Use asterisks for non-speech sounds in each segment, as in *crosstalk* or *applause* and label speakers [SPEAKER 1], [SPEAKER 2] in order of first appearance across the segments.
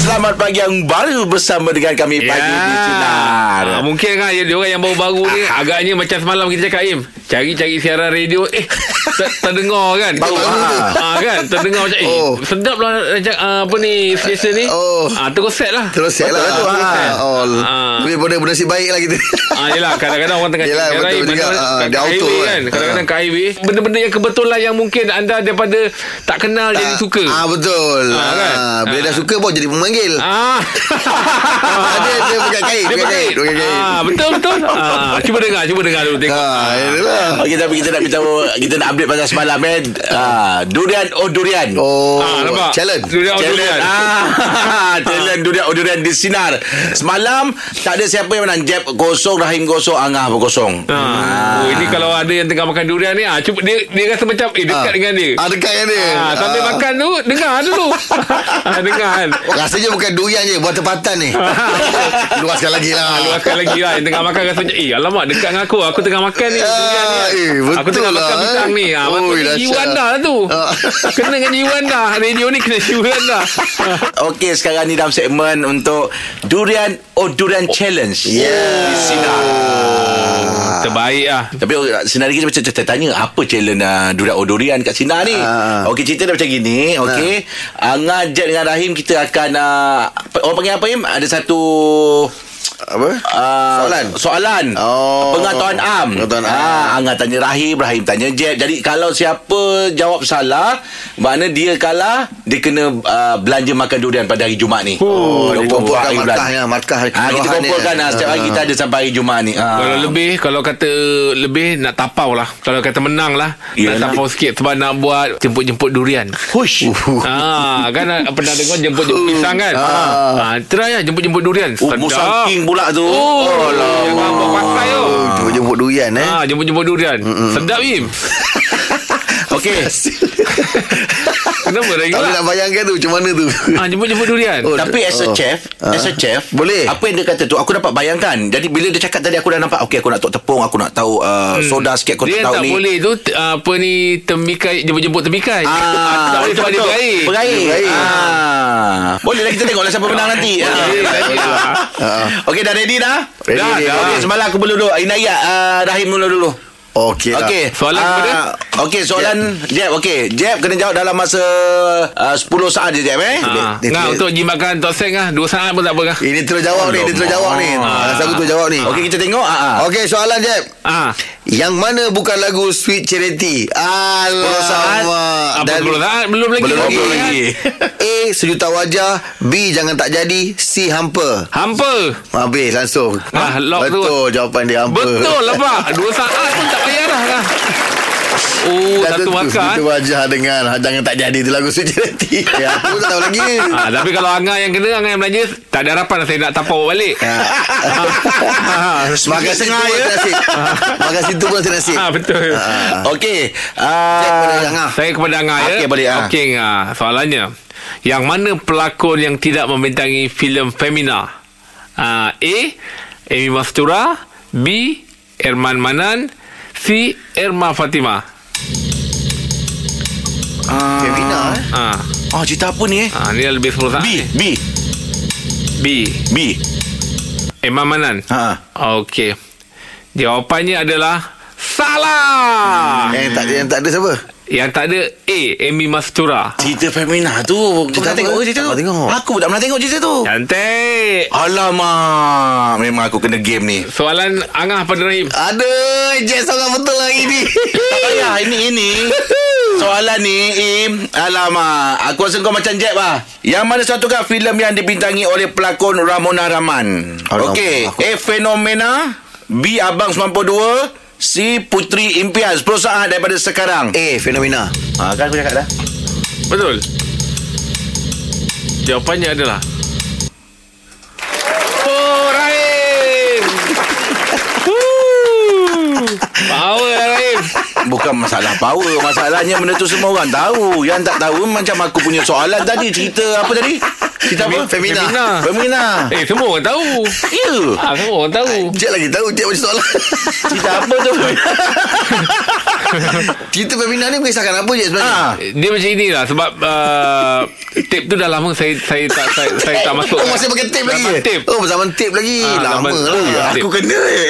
[SPEAKER 1] Selamat pagi yang baru bersama dengan kami pagi di Sinar.
[SPEAKER 2] Ya. Ah, Mungkin kan ya, dia orang yang baru-baru ni
[SPEAKER 3] Ah.
[SPEAKER 2] Agaknya macam semalam kita cakap Im Cari-cari siaran radio Eh ter- terdengar kan
[SPEAKER 1] Baru-baru tu.
[SPEAKER 2] ah, kan Terdengar macam Eh
[SPEAKER 3] Oh.
[SPEAKER 2] sedap lah macam, ah, Apa ni Station ni
[SPEAKER 3] Oh.
[SPEAKER 2] ah, Terus set lah
[SPEAKER 3] Terus set lah
[SPEAKER 1] Betul, betul, betul.
[SPEAKER 3] Ah, all.
[SPEAKER 2] Ah.
[SPEAKER 3] Lebih pada bernasib baik lah kita
[SPEAKER 2] Ah, yelah kadang-kadang orang tengah
[SPEAKER 3] Yelah,
[SPEAKER 2] cakap
[SPEAKER 3] betul
[SPEAKER 2] raya,
[SPEAKER 3] juga.
[SPEAKER 2] kadang-kadang
[SPEAKER 3] Ah,
[SPEAKER 2] kat
[SPEAKER 3] dia auto
[SPEAKER 2] highway
[SPEAKER 3] kan.
[SPEAKER 2] Kadang-kadang kat highway Benda-benda yang kebetulan Yang mungkin anda daripada Tak kenal jadi suka
[SPEAKER 3] Ah betul.
[SPEAKER 2] Ah,
[SPEAKER 3] Ah,
[SPEAKER 2] kan?
[SPEAKER 3] bila
[SPEAKER 2] Ah.
[SPEAKER 3] dah suka baru jadi pemanggil.
[SPEAKER 2] Ah.
[SPEAKER 3] *laughs* dia dia pakai kain,
[SPEAKER 2] Dia
[SPEAKER 3] pakai
[SPEAKER 2] pakai.
[SPEAKER 3] kain, pakai kain.
[SPEAKER 2] Ah, betul betul. Ah, cuba dengar, cuba dengar dulu tengok.
[SPEAKER 3] Ah, itulah.
[SPEAKER 1] Okey tapi kita nak bincang kita nak update pasal semalam eh. Ah, durian oh durian.
[SPEAKER 3] Oh,
[SPEAKER 2] Ah, nampak.
[SPEAKER 3] challenge.
[SPEAKER 2] Durian, oh,
[SPEAKER 1] Challenge
[SPEAKER 2] durian.
[SPEAKER 1] ah, *laughs* Challenge durian oh, durian di sinar Semalam Tak ada siapa yang menang Jeb kosong Rahim kosong Angah pun kosong
[SPEAKER 2] Ah. Oh, ini kalau ada yang tengah makan durian ni, ah, cuba dia dia rasa macam eh dekat
[SPEAKER 3] Ah.
[SPEAKER 2] dengan dia.
[SPEAKER 3] Ah, dekat dengan dia.
[SPEAKER 2] Ah, sambil
[SPEAKER 3] Ah.
[SPEAKER 2] makan tu dengar
[SPEAKER 3] *laughs*
[SPEAKER 2] dulu. ah, dengar kan.
[SPEAKER 3] Rasanya bukan durian je, buah tempatan
[SPEAKER 2] *laughs*
[SPEAKER 3] ni. Luaskan lagi lah.
[SPEAKER 2] Ah, luaskan lagi lah Yang tengah makan rasanya Eh alamak dekat dengan aku Aku tengah makan ni, durian ni.
[SPEAKER 3] Ah, eh, betul
[SPEAKER 2] Aku tengah
[SPEAKER 3] lah,
[SPEAKER 2] makan
[SPEAKER 3] eh.
[SPEAKER 2] bintang ni ah,
[SPEAKER 3] Oi,
[SPEAKER 2] Maksudnya
[SPEAKER 3] dahsyat.
[SPEAKER 2] jiwa anda lah tu
[SPEAKER 1] *laughs*
[SPEAKER 3] Ah.
[SPEAKER 2] Kena dengan jiwa anda Radio ni kena jiwa
[SPEAKER 3] *laughs*
[SPEAKER 2] anda
[SPEAKER 1] Okey sekarang ni dalam segmen Untuk Durian oh durian challenge yeah. Di sinar
[SPEAKER 2] Terbaik lah
[SPEAKER 1] Tapi oh, sinar kita macam macam tanya apa challenge uh, durian oh durian kat sinar ni.
[SPEAKER 3] Ah.
[SPEAKER 1] Okey cerita dia macam gini, okey. Uh, Ngajat dengan Rahim kita akan uh, orang panggil apa Im? Ada satu
[SPEAKER 3] Apa?
[SPEAKER 1] uh,
[SPEAKER 3] Soalan?
[SPEAKER 1] Soalan
[SPEAKER 3] Oh.
[SPEAKER 1] Pengetahuan am
[SPEAKER 3] Pengetahuan am.
[SPEAKER 1] Ah, Angah tanya Rahim Rahim tanya Jeb Jadi kalau siapa Jawab salah Makna dia kalah Dia kena uh, Belanja makan durian Pada hari Jumaat ni
[SPEAKER 3] Oh, dia kumpulkan
[SPEAKER 1] hari bulan.
[SPEAKER 3] markahnya, markah hari
[SPEAKER 1] Ah, Kita
[SPEAKER 3] kemewahan dia.
[SPEAKER 1] kumpulkan ah, Setiap hari kita ada Sampai hari Jumaat ni Ah.
[SPEAKER 2] Kalau lebih Kalau kata lebih Nak tapau lah Kalau kata menang lah
[SPEAKER 1] Yelah.
[SPEAKER 2] Nak tapau sikit Sebab nak buat Jemput-jemput durian
[SPEAKER 1] Hush
[SPEAKER 2] Ah, kan ah, pernah dengar jemput-jemput pisang kan? Ah, try lah jemput-jemput durian.
[SPEAKER 1] Oh, Musang King pula tu
[SPEAKER 2] Oh, lah. Buat pasal tu.
[SPEAKER 3] Jemput durian eh.
[SPEAKER 2] Ah, jemput-jemput durian. Sedap im. *laughs*
[SPEAKER 1] Okey
[SPEAKER 2] Kenapa dah
[SPEAKER 3] Tak boleh
[SPEAKER 2] ingat?
[SPEAKER 3] nak bayangkan tu macam mana tu.
[SPEAKER 2] Ah, jemput-jemput durian.
[SPEAKER 3] Oh,
[SPEAKER 1] Tapi as a
[SPEAKER 3] oh.
[SPEAKER 1] chef
[SPEAKER 3] Ah.
[SPEAKER 1] As a chef
[SPEAKER 3] Boleh.
[SPEAKER 1] Apa yang dia kata tu Aku dapat bayangkan Jadi bila dia cakap tadi Aku dah nampak Okay aku nak tahu tepung Aku nak tahu uh, Soda sikit Aku
[SPEAKER 2] Hmm. Dia
[SPEAKER 1] tahu
[SPEAKER 2] tak
[SPEAKER 1] ni
[SPEAKER 2] boleh tu t- apa ni temikai jemput-jemput temikai. Ah, tak boleh sebab dia
[SPEAKER 1] Ah, betul.
[SPEAKER 2] berair.
[SPEAKER 1] Berair.
[SPEAKER 3] Berair.
[SPEAKER 1] Ah. Bolehlah kita tengoklah siapa menang nanti.
[SPEAKER 2] Berair, berair lah.
[SPEAKER 3] Ah.
[SPEAKER 1] Okey dah ready dah?
[SPEAKER 3] Ready,
[SPEAKER 1] dah.
[SPEAKER 3] ready.
[SPEAKER 1] dah. Okey semalam aku belum duduk. Inaya uh, Rahim mula dulu.
[SPEAKER 3] *laughs* Okey lah.
[SPEAKER 1] Okey.
[SPEAKER 2] Soalan
[SPEAKER 1] Ah,
[SPEAKER 2] kepada?
[SPEAKER 1] Okey soalan Jeb. Okey. Jeb kena jawab dalam masa uh, 10 saat je Jeb eh.
[SPEAKER 2] Ah,
[SPEAKER 3] Dia-
[SPEAKER 2] Ngah
[SPEAKER 3] dia-
[SPEAKER 2] untuk jimakan Tok Seng lah Dua saat pun tak apa kah
[SPEAKER 3] Ini terus jawab ni, dia terus jawab ni. Ah, Rasa aku terus jawab ni.
[SPEAKER 1] Okey kita tengok. Ah. ah.
[SPEAKER 3] Okey, soalan Jeb.
[SPEAKER 2] Ah,
[SPEAKER 3] Yang mana bukan lagu Sweet Charity?
[SPEAKER 1] Sepuluh saat.
[SPEAKER 3] Alamak.
[SPEAKER 2] Oh, apa belum saat Belum lagi
[SPEAKER 3] Belum
[SPEAKER 1] lagi.
[SPEAKER 2] kan?
[SPEAKER 3] A. Sejuta wajah B. Jangan tak jadi C. Hampa
[SPEAKER 2] Hampa
[SPEAKER 3] Habis langsung
[SPEAKER 2] Ah, lock
[SPEAKER 3] Betul jawapan dia hampa
[SPEAKER 2] Betul lah pak Dua saat pun tak payah dah lah Oh
[SPEAKER 3] Dah
[SPEAKER 2] satu
[SPEAKER 3] tentu
[SPEAKER 2] makan
[SPEAKER 3] Sejuta wajah dengan "Ha, Jangan tak jadi tu lagu Sweet Charity *laughs* ya, Aku tak tahu lagi
[SPEAKER 2] Ah, tapi kalau Angah yang kena Angah yang belanja Tak ada harapan lah saya nak tapau balik ah,
[SPEAKER 3] Ya. *laughs* Makan situ pun terasik Makan situ pun terasik
[SPEAKER 2] ah, Betul
[SPEAKER 1] Okey.
[SPEAKER 3] Jack pada
[SPEAKER 1] Ah.
[SPEAKER 3] Angah.
[SPEAKER 2] Saya kepada Angah ya
[SPEAKER 1] Okey, boleh, ah.
[SPEAKER 2] Okey Angah Soalannya Yang mana pelakon yang tidak membintangi filem Femina ah, A Amy Mastura B Erman Manan C Erma Fatima
[SPEAKER 3] Femina eh
[SPEAKER 2] ah,
[SPEAKER 1] Oh cerita apa ni eh?
[SPEAKER 2] ah, Ni dah lebih 10 saat
[SPEAKER 1] B
[SPEAKER 2] ni.
[SPEAKER 1] B
[SPEAKER 2] B
[SPEAKER 1] B.
[SPEAKER 2] Erman Manan
[SPEAKER 1] Ha.
[SPEAKER 2] Okey Jawapannya adalah
[SPEAKER 1] Ah.
[SPEAKER 2] Salah
[SPEAKER 3] Yang tak yang tak ada siapa
[SPEAKER 2] Yang tak ada A Amy Mastura
[SPEAKER 1] Cerita Femina tu Kau
[SPEAKER 3] Cerita
[SPEAKER 1] tak
[SPEAKER 3] apa?
[SPEAKER 1] tengok ke cerita
[SPEAKER 3] Tak
[SPEAKER 1] tu
[SPEAKER 3] pernah tengok.
[SPEAKER 1] Aku pun tak pernah tengok cerita tu
[SPEAKER 2] Cantik
[SPEAKER 1] Alamak Memang aku kena game ni
[SPEAKER 2] Soalan Angah pada Rahim
[SPEAKER 3] Aduh Jack seorang betul lagi ni
[SPEAKER 1] Tak payah Ini ini Soalan ni Im Alamak Aku rasa kau macam Jeb lah Yang mana satu kan filem yang dibintangi oleh pelakon Ramona Rahman
[SPEAKER 3] Alamak,
[SPEAKER 1] Okey
[SPEAKER 3] aku-
[SPEAKER 1] A. Fenomena B. Abang 92 C. Putri Impian 10 saat daripada sekarang
[SPEAKER 3] *laughs* Eh Fenomena
[SPEAKER 1] ha, Kan aku cakap dah
[SPEAKER 2] Betul Jawapannya adalah Oh Rahim Woo. Power lah, Rahim
[SPEAKER 1] Bukan masalah power Masalahnya benda tu semua orang tahu Yang tak tahu Macam aku punya soalan tadi Cerita apa tadi Cerita apa?
[SPEAKER 3] Femina.
[SPEAKER 2] Femina.
[SPEAKER 1] Femina.
[SPEAKER 2] Eh, semua orang tahu.
[SPEAKER 1] Ya.
[SPEAKER 2] Ha, semua orang tahu.
[SPEAKER 3] Cik lagi tahu Cik macam soalan *laughs*
[SPEAKER 1] Cerita apa tu?
[SPEAKER 3] Cerita Femina ni Mengisahkan apa Cik sebenarnya
[SPEAKER 1] Ah.
[SPEAKER 2] Dia macam inilah sebab uh, tape tu dah lama saya saya tak saya, saya
[SPEAKER 3] *laughs*
[SPEAKER 2] tak masuk.
[SPEAKER 3] Oh masih pakai tape lagi
[SPEAKER 2] Zaman tape.
[SPEAKER 3] Oh zaman tape lagi
[SPEAKER 2] Ah,
[SPEAKER 3] Lama
[SPEAKER 2] zaman-
[SPEAKER 3] lah
[SPEAKER 2] Ah,
[SPEAKER 1] Aku kena je.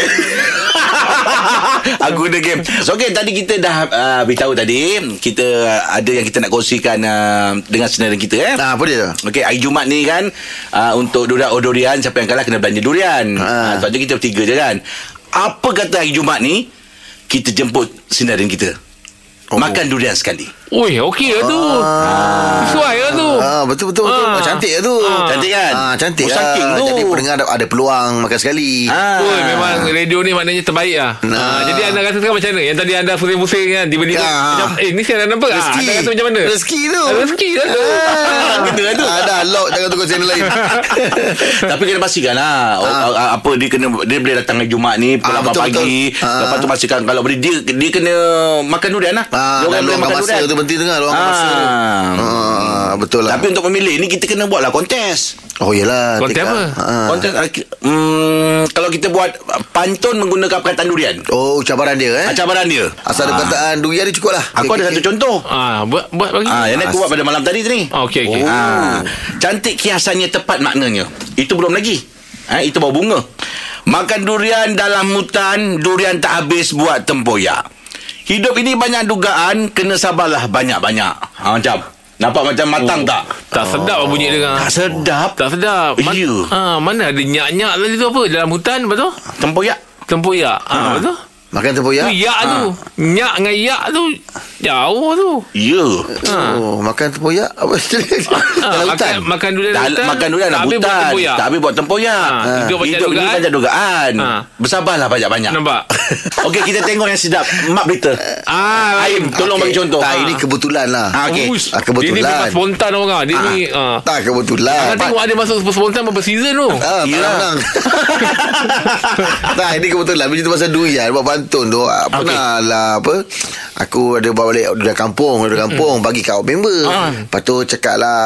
[SPEAKER 1] Aku kena game So okay Tadi kita dah uh, Beritahu tadi Kita uh, Ada yang kita nak kongsikan uh, Dengan senarai kita eh
[SPEAKER 3] Ah, apa dia?
[SPEAKER 1] Okey, hari Jumat ni kan uh, Untuk durian oh durian Siapa yang kalah kena belanja durian ha. uh,
[SPEAKER 3] Ha.
[SPEAKER 1] Sebab tu kita bertiga je kan Apa kata hari Jumat ni Kita jemput sinarin kita oh. Makan durian sekali *laughs*
[SPEAKER 2] Ui, okey lah tu. Sesuai lah tu.
[SPEAKER 3] Ah, betul betul betul.
[SPEAKER 2] Ah.
[SPEAKER 3] Ah. Cantik lah tu.
[SPEAKER 2] Ah.
[SPEAKER 1] Oh. Cantik kan?
[SPEAKER 3] Ah, cantik
[SPEAKER 1] Oh,
[SPEAKER 3] lah.
[SPEAKER 1] saking tu.
[SPEAKER 3] Jadi pendengar ada, ada peluang makan sekali.
[SPEAKER 1] Ah.
[SPEAKER 2] Ui, memang radio ni maknanya terbaik lah.
[SPEAKER 3] Nah.
[SPEAKER 2] Nah. jadi anda rasa sekarang macam mana? Yang tadi anda pusing-pusing kan tiba-tiba
[SPEAKER 3] Ah.
[SPEAKER 2] macam, eh ni saya dah nampak. Ah,
[SPEAKER 3] Rezeki.
[SPEAKER 2] anda rasa macam mana?
[SPEAKER 3] Rezeki tu.
[SPEAKER 2] Ah, Rezeki lah tu.
[SPEAKER 1] *laughs*
[SPEAKER 3] Ah.
[SPEAKER 1] Kena lah tu.
[SPEAKER 3] Ah, dah lock jangan tukar channel lain.
[SPEAKER 1] *laughs* Tapi kena pastikan lah
[SPEAKER 3] Ah.
[SPEAKER 1] ha. Apa dia kena Dia boleh datang hari Jumat ni Pukul
[SPEAKER 3] Ah,
[SPEAKER 1] 8
[SPEAKER 3] betul,
[SPEAKER 1] pagi
[SPEAKER 3] betul. Ah.
[SPEAKER 1] Lepas tu pastikan Kalau boleh dia Dia kena Makan durian lah
[SPEAKER 3] Ah,
[SPEAKER 1] Dia orang
[SPEAKER 3] dah
[SPEAKER 1] boleh
[SPEAKER 3] luangkan
[SPEAKER 1] makan
[SPEAKER 3] masa
[SPEAKER 1] durian.
[SPEAKER 3] tu penting dengar luangkan
[SPEAKER 1] Ah.
[SPEAKER 3] masa tu. Ah, betul lah.
[SPEAKER 1] Tapi untuk memilih ni Kita kena buat lah kontes
[SPEAKER 3] oh yalah.
[SPEAKER 2] Konten
[SPEAKER 3] Tika.
[SPEAKER 2] apa?
[SPEAKER 3] Ah.
[SPEAKER 1] Kontes ah, ki- mm, Kalau kita buat ah, Pantun menggunakan perkataan durian
[SPEAKER 3] Oh, cabaran dia eh.
[SPEAKER 1] ah, Cabaran dia
[SPEAKER 3] Asal ada perkataan durian dia cukup lah.
[SPEAKER 1] Aku
[SPEAKER 3] Okey,
[SPEAKER 1] ada
[SPEAKER 3] okey,
[SPEAKER 1] satu
[SPEAKER 3] okey.
[SPEAKER 1] contoh
[SPEAKER 2] Ah, buat buat bagi.
[SPEAKER 1] Ah,
[SPEAKER 3] ya.
[SPEAKER 1] yang ni aku buat pada malam tadi tu ni.
[SPEAKER 2] Ah, okey, okey.
[SPEAKER 1] Ah, cantik kiasannya tepat maknanya. Itu belum lagi. Ha, itu baru bunga. Makan durian dalam hutan, durian tak habis buat tempoyak. Hidup ini banyak dugaan, kena sabarlah banyak-banyak. Ha, macam. Nampak macam matang oh. tak?
[SPEAKER 2] Tak sedap lah bunyi dengar.
[SPEAKER 1] Tak sedap.
[SPEAKER 2] Tak sedap. Man-
[SPEAKER 1] Ya.
[SPEAKER 2] ah, mana ada nyak-nyak tadi tu apa? Dalam hutan, betul?
[SPEAKER 1] Tempoyak.
[SPEAKER 2] Tempoyak. Ah, betul?
[SPEAKER 3] Makan tempoyak.
[SPEAKER 2] Tu yak tu.
[SPEAKER 3] Ah.
[SPEAKER 2] Nyak dengan yak tu jauh tu.
[SPEAKER 1] Ya.
[SPEAKER 3] Oh, makan tempoyak apa
[SPEAKER 2] Ah,
[SPEAKER 3] *laughs* Dalam hutan.
[SPEAKER 2] Makan, makan durian
[SPEAKER 1] Dal- makan durian dalam
[SPEAKER 2] habis buat
[SPEAKER 1] hutan.
[SPEAKER 2] tempoyak.
[SPEAKER 1] Tak habis buat tempoyak.
[SPEAKER 2] Ah,
[SPEAKER 1] Ah,
[SPEAKER 2] hidup banyak
[SPEAKER 1] ini
[SPEAKER 2] dugaan.
[SPEAKER 1] banyak dugaan.
[SPEAKER 2] Ah.
[SPEAKER 1] Bersabarlah banyak-banyak.
[SPEAKER 2] Nampak?
[SPEAKER 1] *laughs* Okey, kita tengok yang sedap. Mak berita.
[SPEAKER 2] Ah, lain.
[SPEAKER 1] Aim, tolong
[SPEAKER 3] Okey.
[SPEAKER 1] bagi contoh.
[SPEAKER 3] Tak, ini kebetulan lah.
[SPEAKER 1] Ah, okey.
[SPEAKER 2] Uish.
[SPEAKER 3] Ah, kebetulan.
[SPEAKER 2] Dia ni memang spontan orang. Dia ni... ah.
[SPEAKER 3] Tak
[SPEAKER 2] Kan
[SPEAKER 3] kebetulan.
[SPEAKER 2] tengok ada masuk spontan berapa season tu.
[SPEAKER 3] Ah, tak
[SPEAKER 1] Yelah.
[SPEAKER 3] nak menang Tak ini kebetulan Bila cerita pasal durian Buat pantun tu ah, Pernah lah Apa Aku ada bawa balik Durian kampung Durian kampung Bagi kat member
[SPEAKER 2] Ah.
[SPEAKER 3] Lepas tu cakap lah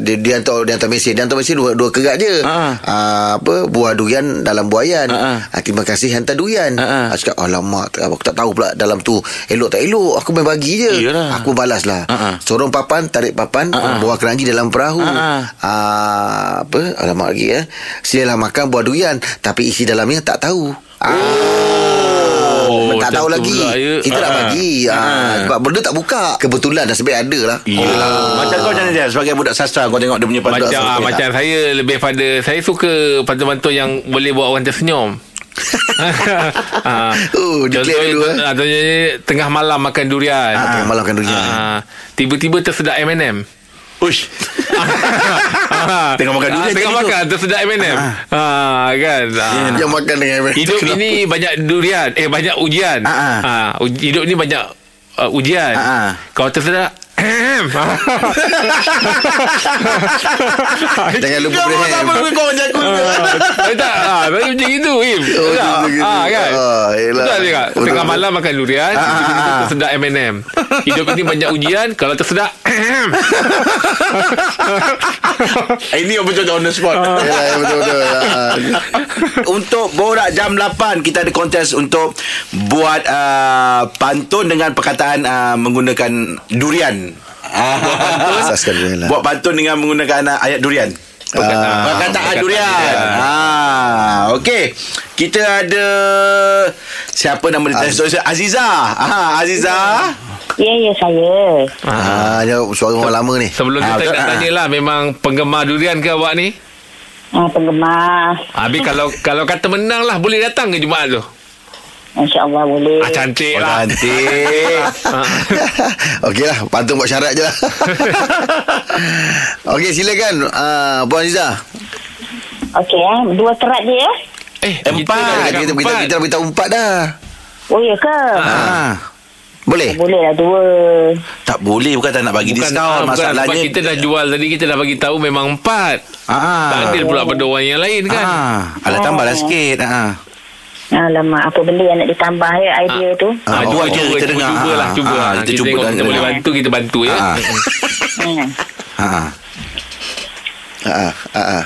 [SPEAKER 3] Dia, dia hantar Dia hantar mesin Dia hantar mesin Dua, dua kerat je
[SPEAKER 1] Ah.
[SPEAKER 3] Ah, Apa Buah durian Dalam buayan
[SPEAKER 1] Ah, ah.
[SPEAKER 3] Ah, Terima kasih hantar durian
[SPEAKER 1] Ah, ah.
[SPEAKER 3] Aku cakap Alamak tak- Aku tak tahu pula Dalam tu Elok tak elok Aku main bagi je
[SPEAKER 1] Yelah.
[SPEAKER 3] Aku balas lah
[SPEAKER 1] Ah, ah.
[SPEAKER 3] Sorong papan Tarik papan
[SPEAKER 1] Ah, ah.
[SPEAKER 3] Buah keranji dalam perahu
[SPEAKER 1] Ah,
[SPEAKER 3] Ah, apa? Alamak lagi eh. Silalah makan buah durian tapi isi dalamnya tak tahu. Ah.
[SPEAKER 2] Oh,
[SPEAKER 3] tak tahu
[SPEAKER 2] macam tu
[SPEAKER 3] lagi.
[SPEAKER 2] pula, ya.
[SPEAKER 3] Kita nak
[SPEAKER 2] Ah.
[SPEAKER 3] bagi. Ah, sebab benda tak buka. Kebetulan dah sebab ada lah.
[SPEAKER 1] Ya. Macam kau macam mana dia Sebagai budak sastra Kau tengok dia punya
[SPEAKER 2] Macam
[SPEAKER 1] pantas
[SPEAKER 2] ah, macam
[SPEAKER 3] lah.
[SPEAKER 2] saya lebih pada saya suka pantun-pantun yang boleh buat orang
[SPEAKER 3] *laughs*
[SPEAKER 2] tersenyum. ah,
[SPEAKER 3] Oh, dia clear dulu, eh.
[SPEAKER 2] ah, contohnya tengah malam makan durian.
[SPEAKER 3] Ah, tengah malam makan durian.
[SPEAKER 2] Ah, tiba-tiba tersedak
[SPEAKER 3] *laughs*
[SPEAKER 2] M&M. *laughs*
[SPEAKER 1] Ush
[SPEAKER 2] Ah,
[SPEAKER 1] Tengah makan durian
[SPEAKER 2] ah, Tengah
[SPEAKER 1] jadi tu.
[SPEAKER 2] makan Tersedak M&M ah, Kan ah.
[SPEAKER 3] Yang makan dengan
[SPEAKER 2] Hidup ini banyak durian Eh banyak ujian
[SPEAKER 1] Ah, ah.
[SPEAKER 2] Ah, uj- Hidup ni banyak uh, ujian
[SPEAKER 1] Ah, ah.
[SPEAKER 2] Kalau tersedak
[SPEAKER 1] *coughs*
[SPEAKER 3] Jangan
[SPEAKER 1] Kau
[SPEAKER 3] lupa beri
[SPEAKER 1] tak
[SPEAKER 3] hand.
[SPEAKER 1] apa Kau macam
[SPEAKER 2] *laughs*
[SPEAKER 1] aku
[SPEAKER 2] Tapi tak ah, Tapi macam itu Im
[SPEAKER 3] Oh,
[SPEAKER 2] Tak?
[SPEAKER 3] macam gitu.
[SPEAKER 2] ah, kan
[SPEAKER 3] Ah, yelah.
[SPEAKER 2] Betul tak
[SPEAKER 3] Betul,
[SPEAKER 2] Tengah
[SPEAKER 3] betul.
[SPEAKER 2] malam makan durian
[SPEAKER 1] ah,
[SPEAKER 2] tiba-tiba
[SPEAKER 1] ah.
[SPEAKER 2] Tersedak M&M Hidup ini banyak ujian Kalau tersedak
[SPEAKER 1] Eh, Ini apa contoh on the spot
[SPEAKER 3] Ya, ya, betul-betul. Ah.
[SPEAKER 1] Untuk borak jam 8 Kita ada kontes untuk Buat uh, pantun dengan perkataan uh, Menggunakan durian
[SPEAKER 3] Asaskan durian lah.
[SPEAKER 1] Buat pantun dengan menggunakan uh, ayat durian Ah,
[SPEAKER 2] Perkataan.
[SPEAKER 1] Perkataan
[SPEAKER 2] Perkataan
[SPEAKER 1] durian.
[SPEAKER 2] durian.
[SPEAKER 1] Ah, okey. Kita ada siapa nama dia? Aziza. Aziza. Ah, Aziza.
[SPEAKER 4] Ya, ya saya.
[SPEAKER 3] Ah, dia suara orang lama ni.
[SPEAKER 2] *coughs* Sebelum
[SPEAKER 1] Ah, betul,
[SPEAKER 2] kita nak
[SPEAKER 1] ah.
[SPEAKER 2] tanya lah Memang penggemar durian ke awak ni
[SPEAKER 4] Ah, penggemar.
[SPEAKER 2] Habis kalau kalau kata menang lah Boleh datang ke Jumaat tu
[SPEAKER 4] InsyaAllah boleh.
[SPEAKER 2] Ah
[SPEAKER 1] Oh,
[SPEAKER 2] cantik lah
[SPEAKER 1] cantik.
[SPEAKER 3] *laughs* Okey lah Pantun buat syarat je lah *laughs* Okey silakan uh, Puan Aziza
[SPEAKER 4] Okey, eh. dua kerat dia. ya?
[SPEAKER 2] Eh
[SPEAKER 1] Empat.
[SPEAKER 2] dah
[SPEAKER 3] kita, kita, kita,
[SPEAKER 2] empat.
[SPEAKER 3] kita dah beritahu empat dah
[SPEAKER 4] Oh, ya ke?
[SPEAKER 3] ah. Boleh?
[SPEAKER 4] Boleh lah dua.
[SPEAKER 1] tak boleh bukan tak nak bagi
[SPEAKER 2] Bukan, ah,
[SPEAKER 1] diskaun
[SPEAKER 2] bukan,
[SPEAKER 1] masalahnya.
[SPEAKER 2] sebab kita dah jual tadi kita dah bagi tahu memang empat.
[SPEAKER 1] Ah.
[SPEAKER 2] Tak adil pula pada orang yang lain kan.
[SPEAKER 1] Ah, alah
[SPEAKER 2] Oh.
[SPEAKER 1] tambahlah sikit. Ah.
[SPEAKER 4] Alamak, apa benda yang nak ditambah ya idea tu?
[SPEAKER 1] Ah,
[SPEAKER 2] Ah,
[SPEAKER 1] dua
[SPEAKER 2] cuba,
[SPEAKER 1] je kita
[SPEAKER 2] cuba, cuba,
[SPEAKER 1] dengar.
[SPEAKER 2] Cuba lah,
[SPEAKER 1] Ah,
[SPEAKER 2] cuba.
[SPEAKER 1] ah,
[SPEAKER 2] Ah,
[SPEAKER 1] kita
[SPEAKER 2] kita
[SPEAKER 1] cuba Ah.
[SPEAKER 2] tengok
[SPEAKER 1] dan
[SPEAKER 2] kita ya. boleh
[SPEAKER 1] dengar.
[SPEAKER 2] bantu, kita bantu ya.
[SPEAKER 1] Ah.
[SPEAKER 4] Hmm.
[SPEAKER 1] Ah.
[SPEAKER 3] Ha ah, ah.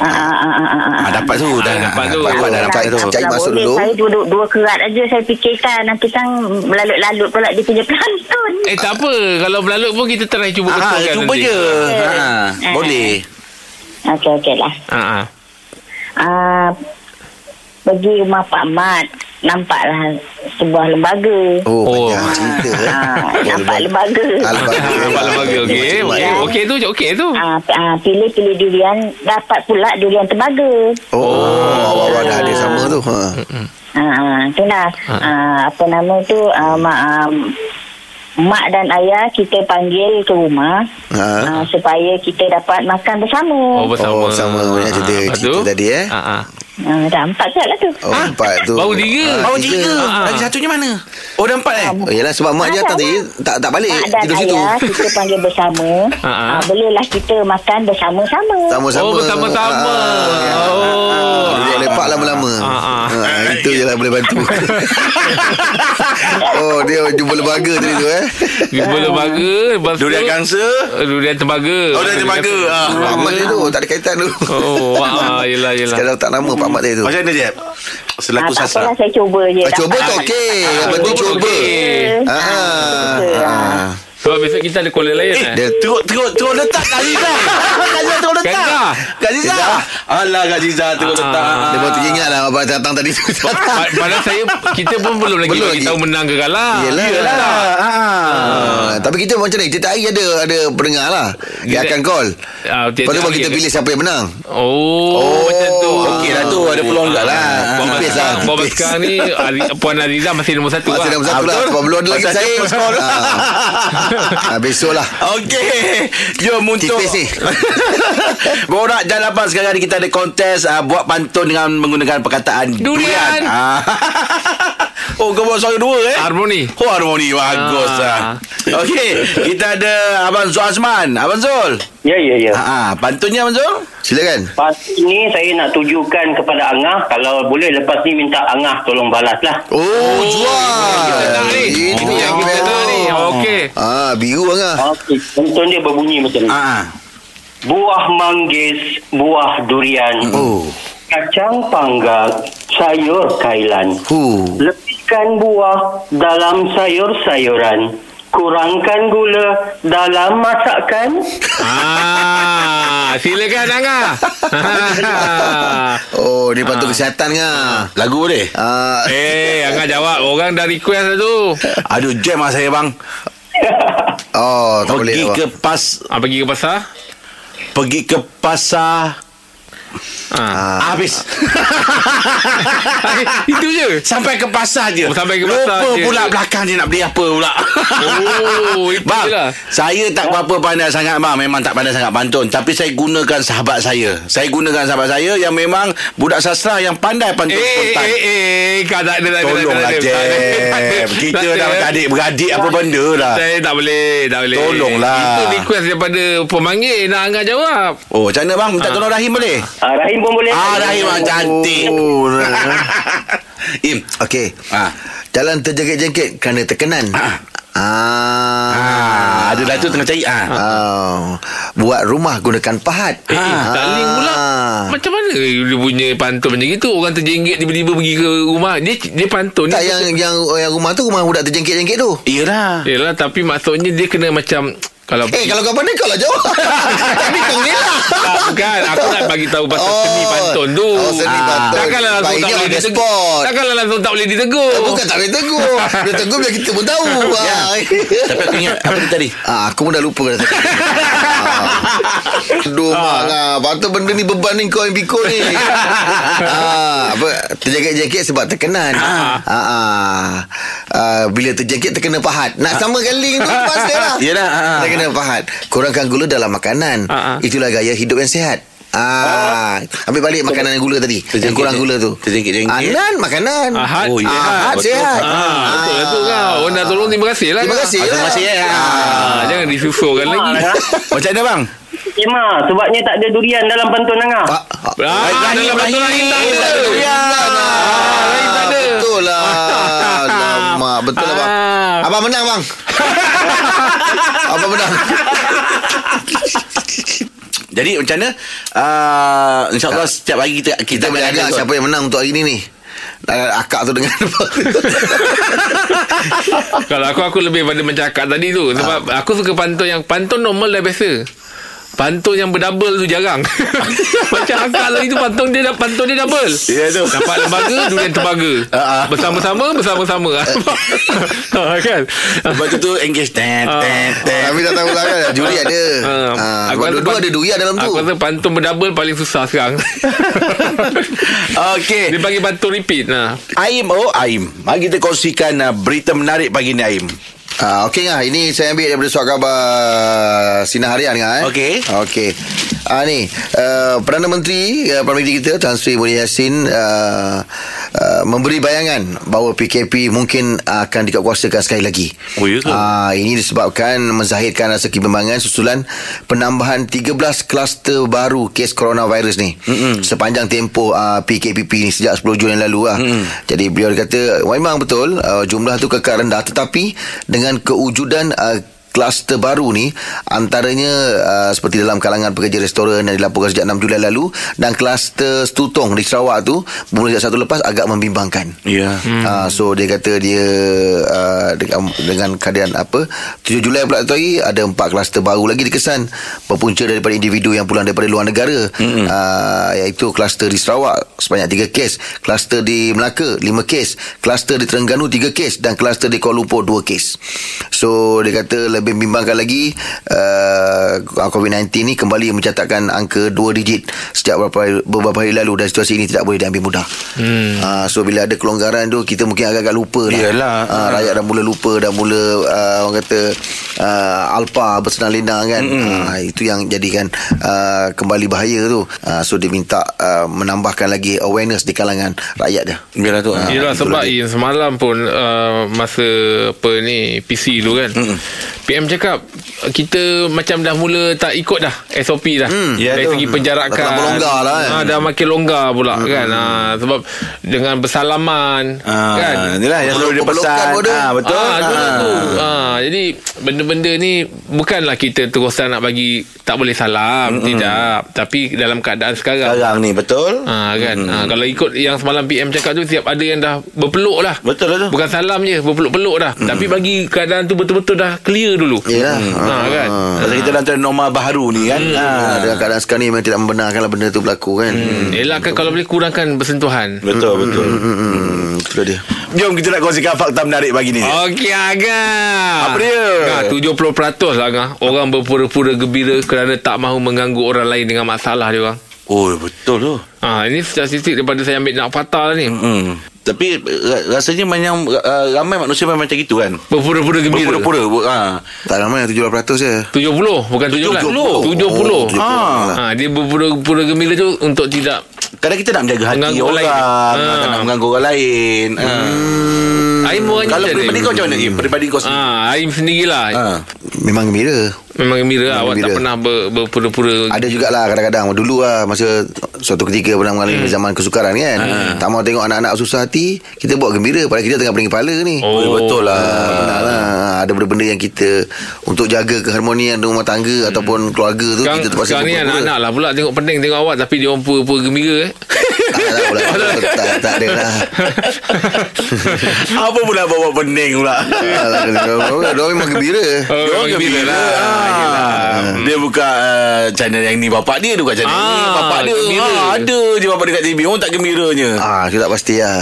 [SPEAKER 4] Ah, ah, ah, ah, ah,
[SPEAKER 1] Ah,
[SPEAKER 4] ah.
[SPEAKER 1] dapat tu dah.
[SPEAKER 2] Ah, dapat tu.
[SPEAKER 1] Dapat dah
[SPEAKER 4] Kalau-
[SPEAKER 1] dapat tu.
[SPEAKER 4] kalau
[SPEAKER 3] Cari masuk
[SPEAKER 4] boleh,
[SPEAKER 3] dulu.
[SPEAKER 4] Saya duduk dua kerat aja saya fikirkan. Nanti kan melalut-lalut pula dia punya pelantun.
[SPEAKER 2] Eh tak apa Kalau berlalut pun Kita try cuba
[SPEAKER 1] Ah,
[SPEAKER 2] betulkan
[SPEAKER 1] cuba
[SPEAKER 2] nanti.
[SPEAKER 1] je.
[SPEAKER 3] Ah,
[SPEAKER 1] Ha,
[SPEAKER 4] Eh.
[SPEAKER 1] boleh.
[SPEAKER 4] Okey, okey lah.
[SPEAKER 2] Ah, ah.
[SPEAKER 4] Ah, pergi rumah Pak Mat. Nampaklah sebuah lembaga.
[SPEAKER 3] Oh,
[SPEAKER 2] Oh.
[SPEAKER 3] oh. panjang cerita. eh.
[SPEAKER 4] Ah,
[SPEAKER 3] Oh,
[SPEAKER 4] nampak
[SPEAKER 3] lebat.
[SPEAKER 4] lembaga.
[SPEAKER 3] Ah, lebat.
[SPEAKER 1] *laughs*
[SPEAKER 2] Nampak lembaga Okey
[SPEAKER 1] ya.
[SPEAKER 4] macam
[SPEAKER 2] Okey tu Okey tu
[SPEAKER 4] Ah, ah, pilih-pilih durian dapat pula durian tembaga.
[SPEAKER 3] Oh, awak-awak dah ada sama tu. Ha.
[SPEAKER 4] Ah, itulah
[SPEAKER 2] Ah.
[SPEAKER 4] ah, apa nama tu ah, mak ah, mak dan ayah kita panggil ke rumah
[SPEAKER 3] Ha.
[SPEAKER 4] ah, supaya kita dapat makan bersama.
[SPEAKER 2] Oh bersama
[SPEAKER 3] Oh, sama punya cerita-
[SPEAKER 2] Ah, ah. Lepas
[SPEAKER 3] cerita
[SPEAKER 2] tu?
[SPEAKER 3] tadi, eh?
[SPEAKER 2] Ah, ah.
[SPEAKER 4] Ah, dah empat kat lah tu.
[SPEAKER 3] Oh, empat tu.
[SPEAKER 2] Baru Ah, tiga.
[SPEAKER 3] Ah,
[SPEAKER 1] Baru tiga.
[SPEAKER 2] Ah.
[SPEAKER 1] Lagi satunya mana? Oh, dah empat eh?
[SPEAKER 3] Oh, yelah sebab
[SPEAKER 4] Ah,
[SPEAKER 3] mak je tadi tak tak balik
[SPEAKER 4] Mak dan
[SPEAKER 3] tidur eh, situ.
[SPEAKER 4] ayah kita panggil bersama.
[SPEAKER 2] *laughs* Ah, ah.
[SPEAKER 4] ah, bolehlah kita makan bersama-sama.
[SPEAKER 3] Sama-sama.
[SPEAKER 2] Oh, bersama-sama.
[SPEAKER 3] Ah,
[SPEAKER 2] Oh.
[SPEAKER 3] ah, ah. Duduk lepak lama-lama.
[SPEAKER 2] Ah, ah.
[SPEAKER 3] Ah, itu je lah boleh bantu. oh, dia jumpa lembaga tadi tu eh.
[SPEAKER 2] Jumpa lembaga Lepas tu
[SPEAKER 1] Durian gangsa.
[SPEAKER 2] Eh, Durian tembaga
[SPEAKER 1] Oh, durian tembaga, ah.
[SPEAKER 3] Pak Mat dia tu tak ada kaitan tu.
[SPEAKER 2] Oh ah, Yelah yelah
[SPEAKER 3] *laughs* Sekarang tak nama Pak Mat tadi tu.
[SPEAKER 1] Macam mana, Jeb?
[SPEAKER 4] Ah,
[SPEAKER 1] Selaku
[SPEAKER 4] tak
[SPEAKER 1] sasar.
[SPEAKER 4] apalah saya cuba je.
[SPEAKER 3] Ah, Cuba
[SPEAKER 4] Dapat
[SPEAKER 3] tu
[SPEAKER 4] dapat.
[SPEAKER 3] okey. Yang penting
[SPEAKER 2] Cuba tu
[SPEAKER 3] cuba.
[SPEAKER 2] Oh, okey.
[SPEAKER 3] Ah,
[SPEAKER 4] Ah, betul.
[SPEAKER 3] ah.
[SPEAKER 4] Ah.
[SPEAKER 2] Sebab besok kita ada caller lain eh,
[SPEAKER 3] Dia
[SPEAKER 1] Teruk, teruk, teruk letak kan? Kak Ziza. Kak Ziza teruk letak.
[SPEAKER 2] Kak Ziza.
[SPEAKER 1] Kak Ziza. lah. Alah, Kak Ziza teruk
[SPEAKER 2] Ah.
[SPEAKER 1] letak.
[SPEAKER 3] dia baru teringat lah Abang datang tadi tu
[SPEAKER 2] Pa- Padahal saya Kita pun belum lagi
[SPEAKER 3] Belum
[SPEAKER 2] bagi
[SPEAKER 3] lagi.
[SPEAKER 2] tahu menang ke kalah
[SPEAKER 3] Yelah.
[SPEAKER 1] Yelah. Ah.
[SPEAKER 3] Ah, tapi kita macam ni Kita hari ada Ada pendengar lah Dia
[SPEAKER 2] Kita-
[SPEAKER 3] akan call
[SPEAKER 2] Ah, tiap-tiap
[SPEAKER 3] Lepas tu baru
[SPEAKER 2] hari
[SPEAKER 3] kita
[SPEAKER 2] ada.
[SPEAKER 3] pilih Siapa yang menang
[SPEAKER 2] Oh,
[SPEAKER 3] Oh,
[SPEAKER 2] macam tu. Ah,
[SPEAKER 1] Okey lah tu, ada peluang juga lah.
[SPEAKER 2] Puan
[SPEAKER 3] Tipis
[SPEAKER 2] Mas-
[SPEAKER 3] lah,
[SPEAKER 2] Puan
[SPEAKER 3] tipis.
[SPEAKER 2] Mas sekarang ni Ari- Puan Ariza masih nombor satu
[SPEAKER 3] Masih
[SPEAKER 2] lah.
[SPEAKER 3] nombor satu
[SPEAKER 1] Ah,
[SPEAKER 3] lah
[SPEAKER 1] betul.
[SPEAKER 3] Sebab belum ada lagi
[SPEAKER 1] Pasal
[SPEAKER 3] saya
[SPEAKER 1] siapa call?
[SPEAKER 3] ah, Besok lah
[SPEAKER 1] Okey.
[SPEAKER 2] Ya,
[SPEAKER 1] Jom untuk
[SPEAKER 3] Tipis ni.
[SPEAKER 1] *laughs* Borak Jalan Abang sekarang ni kita ada kontes uh, buat pantun dengan menggunakan perkataan
[SPEAKER 2] Durian.
[SPEAKER 1] Ah. *laughs* oh kau buat suara dua eh?
[SPEAKER 2] Harmoni.
[SPEAKER 1] Oh harmoni bagus ah.
[SPEAKER 2] Ah.
[SPEAKER 1] Okey, kita ada Abang Zul Azman. Abang Zul.
[SPEAKER 5] Ya, ya, ya.
[SPEAKER 1] Ah, ah, pantunnya Abang Zul?
[SPEAKER 3] Silakan
[SPEAKER 5] Lepas ni saya nak tujukan kepada Angah. Kalau boleh lepas ni minta Angah tolong balaslah.
[SPEAKER 3] Oh
[SPEAKER 2] Kita nak
[SPEAKER 3] jual
[SPEAKER 2] ni.
[SPEAKER 1] Oh.
[SPEAKER 3] Itu
[SPEAKER 2] Ini yang kita nak ni. Okey.
[SPEAKER 3] Ah, biru angah.
[SPEAKER 5] Okey, Tonton dia berbunyi macam ni.
[SPEAKER 1] Ah. ah.
[SPEAKER 5] Buah manggis, buah durian,
[SPEAKER 1] Hmm.
[SPEAKER 3] Oh.
[SPEAKER 5] kacang panggang, sayur kailan.
[SPEAKER 3] Hu.
[SPEAKER 5] Lebihkan buah dalam sayur-sayuran. Kurangkan gula dalam masakan.
[SPEAKER 2] Ah, silakan Angga.
[SPEAKER 3] *laughs* Oh, dia
[SPEAKER 2] Ah.
[SPEAKER 3] pantun kesihatan ngah.
[SPEAKER 1] Lagu boleh?
[SPEAKER 3] Ah,
[SPEAKER 2] eh, Angga jawab. Orang dah request lah tu.
[SPEAKER 1] Aduh, jam lah saya bang.
[SPEAKER 3] oh, tak boleh.
[SPEAKER 1] Pergi
[SPEAKER 3] abang.
[SPEAKER 1] ke pas
[SPEAKER 2] Ah, pergi ke pasar.
[SPEAKER 1] pergi ke pasar
[SPEAKER 2] Ah.
[SPEAKER 1] ah. habis.
[SPEAKER 3] Ah.
[SPEAKER 2] *laughs* Itu je.
[SPEAKER 1] Sampai ke pasar je.
[SPEAKER 2] Oh, sampai ke pasar
[SPEAKER 1] Lupa
[SPEAKER 2] je.
[SPEAKER 1] pula belakang dia nak beli apa pula.
[SPEAKER 2] Oh, itu
[SPEAKER 1] Bang,
[SPEAKER 2] je lah.
[SPEAKER 1] saya tak berapa pandai sangat bang. Memang tak pandai sangat pantun. Tapi saya gunakan sahabat saya. Saya gunakan sahabat saya yang memang budak sastra yang pandai pantun
[SPEAKER 2] Eh, eh,
[SPEAKER 1] spontan.
[SPEAKER 2] eh, eh, kau tak ada, tak ada, tak
[SPEAKER 1] Tolonglah
[SPEAKER 2] ada, tak ada, tak ada,
[SPEAKER 1] Jeb. Kita
[SPEAKER 2] tak ada.
[SPEAKER 1] dah macam adik-beradik apa benda lah.
[SPEAKER 2] Saya tak boleh, tak boleh.
[SPEAKER 1] Tolonglah.
[SPEAKER 2] Itu request daripada pemanggil nak Angga jawab.
[SPEAKER 1] Oh, macam mana bang? Minta tolong Rahim boleh?
[SPEAKER 5] Ah, Rahim pun boleh.
[SPEAKER 1] Ah, Rahim ah, cantik.
[SPEAKER 3] Oh, nah.
[SPEAKER 1] Im.
[SPEAKER 3] Okey.
[SPEAKER 1] Ah.
[SPEAKER 3] Jalan terjengkit-jengkit kerana tekanan.
[SPEAKER 1] Ah.
[SPEAKER 3] Ah.
[SPEAKER 1] Ah, ada dah tu tengah cari. Ah.
[SPEAKER 3] Ah. Buat rumah gunakan pahat.
[SPEAKER 2] Eh, tak link pula.
[SPEAKER 3] Ah.
[SPEAKER 2] Macam mana dia punya pantun macam gitu? Orang terjenggit tiba-tiba pergi ke rumah. Dia dia pantun.
[SPEAKER 3] Tak
[SPEAKER 2] dia
[SPEAKER 3] yang yang oh, yang rumah tu rumah budak terjengkit-jengkit tu.
[SPEAKER 1] Iyalah.
[SPEAKER 2] Yelah, tapi maksudnya dia kena macam... Kalau
[SPEAKER 3] Eh kalau kau pandai kau lah jawab *laughs* Tapi kau ni lah
[SPEAKER 2] Tak, bukan. Aku nak bagi tahu pasal seni pantun tu.
[SPEAKER 3] Oh seni
[SPEAKER 1] Ah.
[SPEAKER 3] pantun
[SPEAKER 2] Takkanlah langsung tak
[SPEAKER 3] Baiknya
[SPEAKER 2] boleh
[SPEAKER 3] ada
[SPEAKER 2] ditegur.
[SPEAKER 3] spot Eh,
[SPEAKER 2] Takkanlah langsung tak boleh ditegur.
[SPEAKER 3] Bukan tak boleh tegur Bila tegur biar kita pun tahu Ah.
[SPEAKER 1] Tapi aku ingat apa dia tadi?
[SPEAKER 3] Ah, aku pun dah lupa dah cakap. ah. Aduh mak ah. Patut benda ni beban ni kau yang pikul ni ah, apa, Terjangkit-jangkit sebab terkenan ah. Ah, ah. Ah, Bila terjangkit terkena pahat Nak sama kali tu Pasti lah
[SPEAKER 1] Yelah, ah.
[SPEAKER 3] Terkena pahat Kurangkan gula dalam makanan
[SPEAKER 2] Ah, ah.
[SPEAKER 3] Itulah gaya hidup yang sihat Ah, ambil balik makanan yang gula tadi. Yang
[SPEAKER 1] Terjangkit-
[SPEAKER 2] eh?
[SPEAKER 3] kurang gula tu. Ah,
[SPEAKER 1] terjangkit-jangkit.
[SPEAKER 3] Anan makanan.
[SPEAKER 2] Ahad.
[SPEAKER 1] Oh, ya.
[SPEAKER 3] Ahad
[SPEAKER 1] Betul.
[SPEAKER 3] sihat.
[SPEAKER 2] Ah, betul lah tu kau. Orang dah tolong terima kasih lah.
[SPEAKER 3] Terima
[SPEAKER 2] kau.
[SPEAKER 3] kasih.
[SPEAKER 1] Ah,
[SPEAKER 3] kan?
[SPEAKER 1] Terima kasih eh.
[SPEAKER 2] Ah, jangan disusulkan lagi. Ah,
[SPEAKER 1] Macam mana bang?
[SPEAKER 5] Tema sebabnya tak ada durian dalam pantun Angah.
[SPEAKER 3] Ah, ah,
[SPEAKER 2] Ah,
[SPEAKER 1] Rahim,
[SPEAKER 2] dalam pantun lagi
[SPEAKER 1] Rahim.
[SPEAKER 2] tak ada.
[SPEAKER 3] Ah,
[SPEAKER 2] lain tak ada.
[SPEAKER 3] Betul lah Alamak Betul lah bang
[SPEAKER 2] Ah.
[SPEAKER 3] Abang menang
[SPEAKER 2] *laughs*
[SPEAKER 3] bang Abang menang
[SPEAKER 1] Jadi macam mana uh, InsyaAllah setiap hari kita Kita
[SPEAKER 3] Kita boleh agak
[SPEAKER 1] kot.
[SPEAKER 3] siapa yang menang untuk hari ni ni. Ah, Akak tu dengan *laughs*
[SPEAKER 2] Kalau aku aku lebih pada macam akak tadi tu sebab
[SPEAKER 3] Ah.
[SPEAKER 2] aku suka pantun yang pantun normal dah biasa. Pantun yang berdouble tu
[SPEAKER 3] *laughs*
[SPEAKER 2] jarang. macam akak tadi tu pantun dia dah pantun dia double.
[SPEAKER 1] Ya tu.
[SPEAKER 2] Dapat lembaga durian tembaga.
[SPEAKER 1] Ah, ah.
[SPEAKER 2] Bersama-sama
[SPEAKER 3] *laughs*
[SPEAKER 2] bersama-sama. ha kan.
[SPEAKER 1] Lepas tu tu engage Ten ten ten
[SPEAKER 3] Kami tak tahu lah kan Juri ada
[SPEAKER 2] Eh. Ah,
[SPEAKER 3] ha, Sebab
[SPEAKER 2] rasa
[SPEAKER 3] dua-dua
[SPEAKER 2] pan-
[SPEAKER 3] ada durian dalam tu
[SPEAKER 2] Aku rasa pantun berdouble paling susah
[SPEAKER 3] *laughs*
[SPEAKER 2] sekarang.
[SPEAKER 1] Okey.
[SPEAKER 2] Dia panggil pantun repeat. Nah.
[SPEAKER 1] Aim oh Aim Mari kita kongsikan uh, Berita menarik pagi ni Aim
[SPEAKER 3] Ah, okey lah. Ini saya ambil daripada surat khabar Sinar Harian kan. Eh?
[SPEAKER 1] Okey.
[SPEAKER 3] Okey. Ah ni, uh, Perdana Menteri uh, Perdana Menteri kita Tan Sri Muhyiddin Yassin uh, uh, memberi bayangan bahawa PKP mungkin akan dikuatkuasakan sekali lagi.
[SPEAKER 1] Oh, ya ke?
[SPEAKER 3] Ah ini disebabkan menzahirkan rasa kebimbangan susulan penambahan 13 kluster baru kes coronavirus ni mm sepanjang tempoh uh, PKPP ni sejak 10 Jun yang lalu lah. Mm-hmm. Jadi beliau kata memang betul uh, jumlah tu kekal rendah tetapi dengan kewujudan uh, kluster baru ni antaranya uh, seperti dalam kalangan pekerja restoran yang dilaporkan sejak 6 Julai lalu dan kluster Stutong di Sarawak tu bermula sejak satu lepas agak membimbangkan.
[SPEAKER 1] Ya yeah.
[SPEAKER 3] Hmm. Uh, so dia kata dia uh, dengan, dengan keadaan apa 7 Julai pula tu hari ada empat kluster baru lagi dikesan berpunca daripada individu yang pulang daripada luar negara hmm. uh, iaitu kluster di Sarawak sebanyak 3 kes kluster di Melaka 5 kes kluster di Terengganu 3 kes dan kluster di Kuala Lumpur 2 kes so dia kata lebih bimbangkan lagi uh, COVID-19 ni kembali mencatatkan angka 2 digit sejak beberapa hari, beberapa hari lalu dan situasi ini tidak boleh diambil mudah hmm. uh, so bila ada kelonggaran tu kita mungkin agak-agak lupa lah
[SPEAKER 1] Yalah.
[SPEAKER 3] uh, rakyat dah mula lupa dah mula uh, orang kata uh, alpa bersenang lindang kan uh, itu yang jadikan uh, kembali bahaya tu uh, so dia minta uh, menambahkan lagi awareness di kalangan rakyat dia
[SPEAKER 1] Biarlah tu ha.
[SPEAKER 2] Yelah
[SPEAKER 3] betul
[SPEAKER 2] sebab
[SPEAKER 3] lagi.
[SPEAKER 2] yang semalam pun uh, Masa apa ni PC tu kan mm. PM cakap Kita macam dah mula tak ikut dah SOP dah mm.
[SPEAKER 1] ya
[SPEAKER 2] Dari
[SPEAKER 1] tu.
[SPEAKER 2] segi penjarakan
[SPEAKER 3] Dah terlalu longgar lah kan.
[SPEAKER 2] ha, Dah makin longgar pula mm. kan ha, Sebab Dengan bersalaman
[SPEAKER 1] Ah,
[SPEAKER 2] Kan
[SPEAKER 1] Inilah yang selalu dia
[SPEAKER 3] Pelukan
[SPEAKER 1] pesan
[SPEAKER 3] pun ada.
[SPEAKER 1] ah, Betul
[SPEAKER 2] Ah, tu lah
[SPEAKER 1] Ah.
[SPEAKER 2] tu. Ah, jadi benda-benda ni bukanlah kita terusan nak bagi tak boleh salam, mm tidak. Tapi dalam keadaan sekarang.
[SPEAKER 1] Sekarang ni betul
[SPEAKER 2] Ha, kan hmm. ha, Kalau ikut yang semalam PM cakap tu Tiap ada yang dah berpeluk lah
[SPEAKER 1] Betul lah tu.
[SPEAKER 2] Bukan salam je Berpeluk-peluk dah hmm. Tapi bagi keadaan tu Betul-betul dah clear dulu
[SPEAKER 1] Ya.
[SPEAKER 3] Yelah.
[SPEAKER 2] ha, kan
[SPEAKER 1] Pasal kita dalam norma baru ni kan
[SPEAKER 3] Ah,
[SPEAKER 1] ha.
[SPEAKER 3] dengan keadaan sekarang ni memang tidak membenarkanlah benda tu berlaku kan. Hmm.
[SPEAKER 2] Elakkan kalau boleh kurangkan bersentuhan
[SPEAKER 1] Betul betul
[SPEAKER 3] Hmm, itu dia.
[SPEAKER 1] Jom kita nak kongsikan fakta menarik pagi ni
[SPEAKER 2] Okey Aga
[SPEAKER 1] Ya. Apa dia?
[SPEAKER 2] Aga 70% lah Aga Orang berpura-pura gembira Kerana tak mahu mengganggu orang lain Dengan masalah dia orang
[SPEAKER 1] Oh betul tu
[SPEAKER 2] ha, Ini statistik daripada saya ambil nak patah lah ni
[SPEAKER 1] Hmm. Tapi ra- rasanya macam uh, ramai manusia memang macam gitu kan.
[SPEAKER 2] Berpura-pura gembira
[SPEAKER 1] Berpura-pura. bu- Ha.
[SPEAKER 3] Tak ramai lah, 70% je.
[SPEAKER 2] 70 bukan 17 70
[SPEAKER 3] Oh,
[SPEAKER 2] 70
[SPEAKER 1] ha.
[SPEAKER 2] ha, Dia berpura-pura gembira tu Untuk tidak
[SPEAKER 1] Kadang kita nak menjaga hati
[SPEAKER 2] Mengganggu
[SPEAKER 1] orang,
[SPEAKER 2] orang lain.
[SPEAKER 1] ha. tak
[SPEAKER 2] Ha.
[SPEAKER 1] nak mengganggu orang lain. Ha.
[SPEAKER 2] Aim orang
[SPEAKER 1] Hmm. Kalau
[SPEAKER 2] macam
[SPEAKER 1] peribadi
[SPEAKER 2] ni.
[SPEAKER 1] kau macam mana? Im? Peribadi kau sendiri.
[SPEAKER 2] Ah, Aim sendirilah.
[SPEAKER 1] Ha.
[SPEAKER 3] Memang gembira.
[SPEAKER 2] Memang gembira lah. Awak tak
[SPEAKER 3] gembira.
[SPEAKER 2] pernah ber, berpura-pura.
[SPEAKER 3] Ada jugalah kadang-kadang Dulu lah Masa suatu ketika Pernah mengalami
[SPEAKER 2] Hmm.
[SPEAKER 3] zaman kesukaran kan
[SPEAKER 2] Ah.
[SPEAKER 3] Tak mau tengok anak-anak susah hati Kita buat gembira Padahal kita tengah pening kepala ni
[SPEAKER 1] Oh, betul lah.
[SPEAKER 3] Benar lah Ada benda-benda yang kita Untuk jaga keharmonian rumah tangga Ataupun keluarga tu
[SPEAKER 2] Sekarang,
[SPEAKER 3] Kita terpaksa
[SPEAKER 2] sekarang ni
[SPEAKER 3] berpura-pura.
[SPEAKER 2] anak-anak lah pula tengok pening tengok awak tapi dia orang pura-pura gembira eh.
[SPEAKER 3] Tak tahu lah
[SPEAKER 2] *laughs*
[SPEAKER 3] Tak, tak ada lah
[SPEAKER 1] Apa pula bawa pening pula. *laughs*
[SPEAKER 3] Tak ada lah. Dia orang memang gembira
[SPEAKER 2] Oh, memang gembira lah.
[SPEAKER 1] Ah, Dia buka uh, channel yang ni Bapak dia dia buka channel
[SPEAKER 2] Ah,
[SPEAKER 1] ni Bapak dia
[SPEAKER 2] gembira.
[SPEAKER 1] ha, Ada je bapak dia kat TV Orang tak gembiranya
[SPEAKER 3] Ah, kita tak pasti lah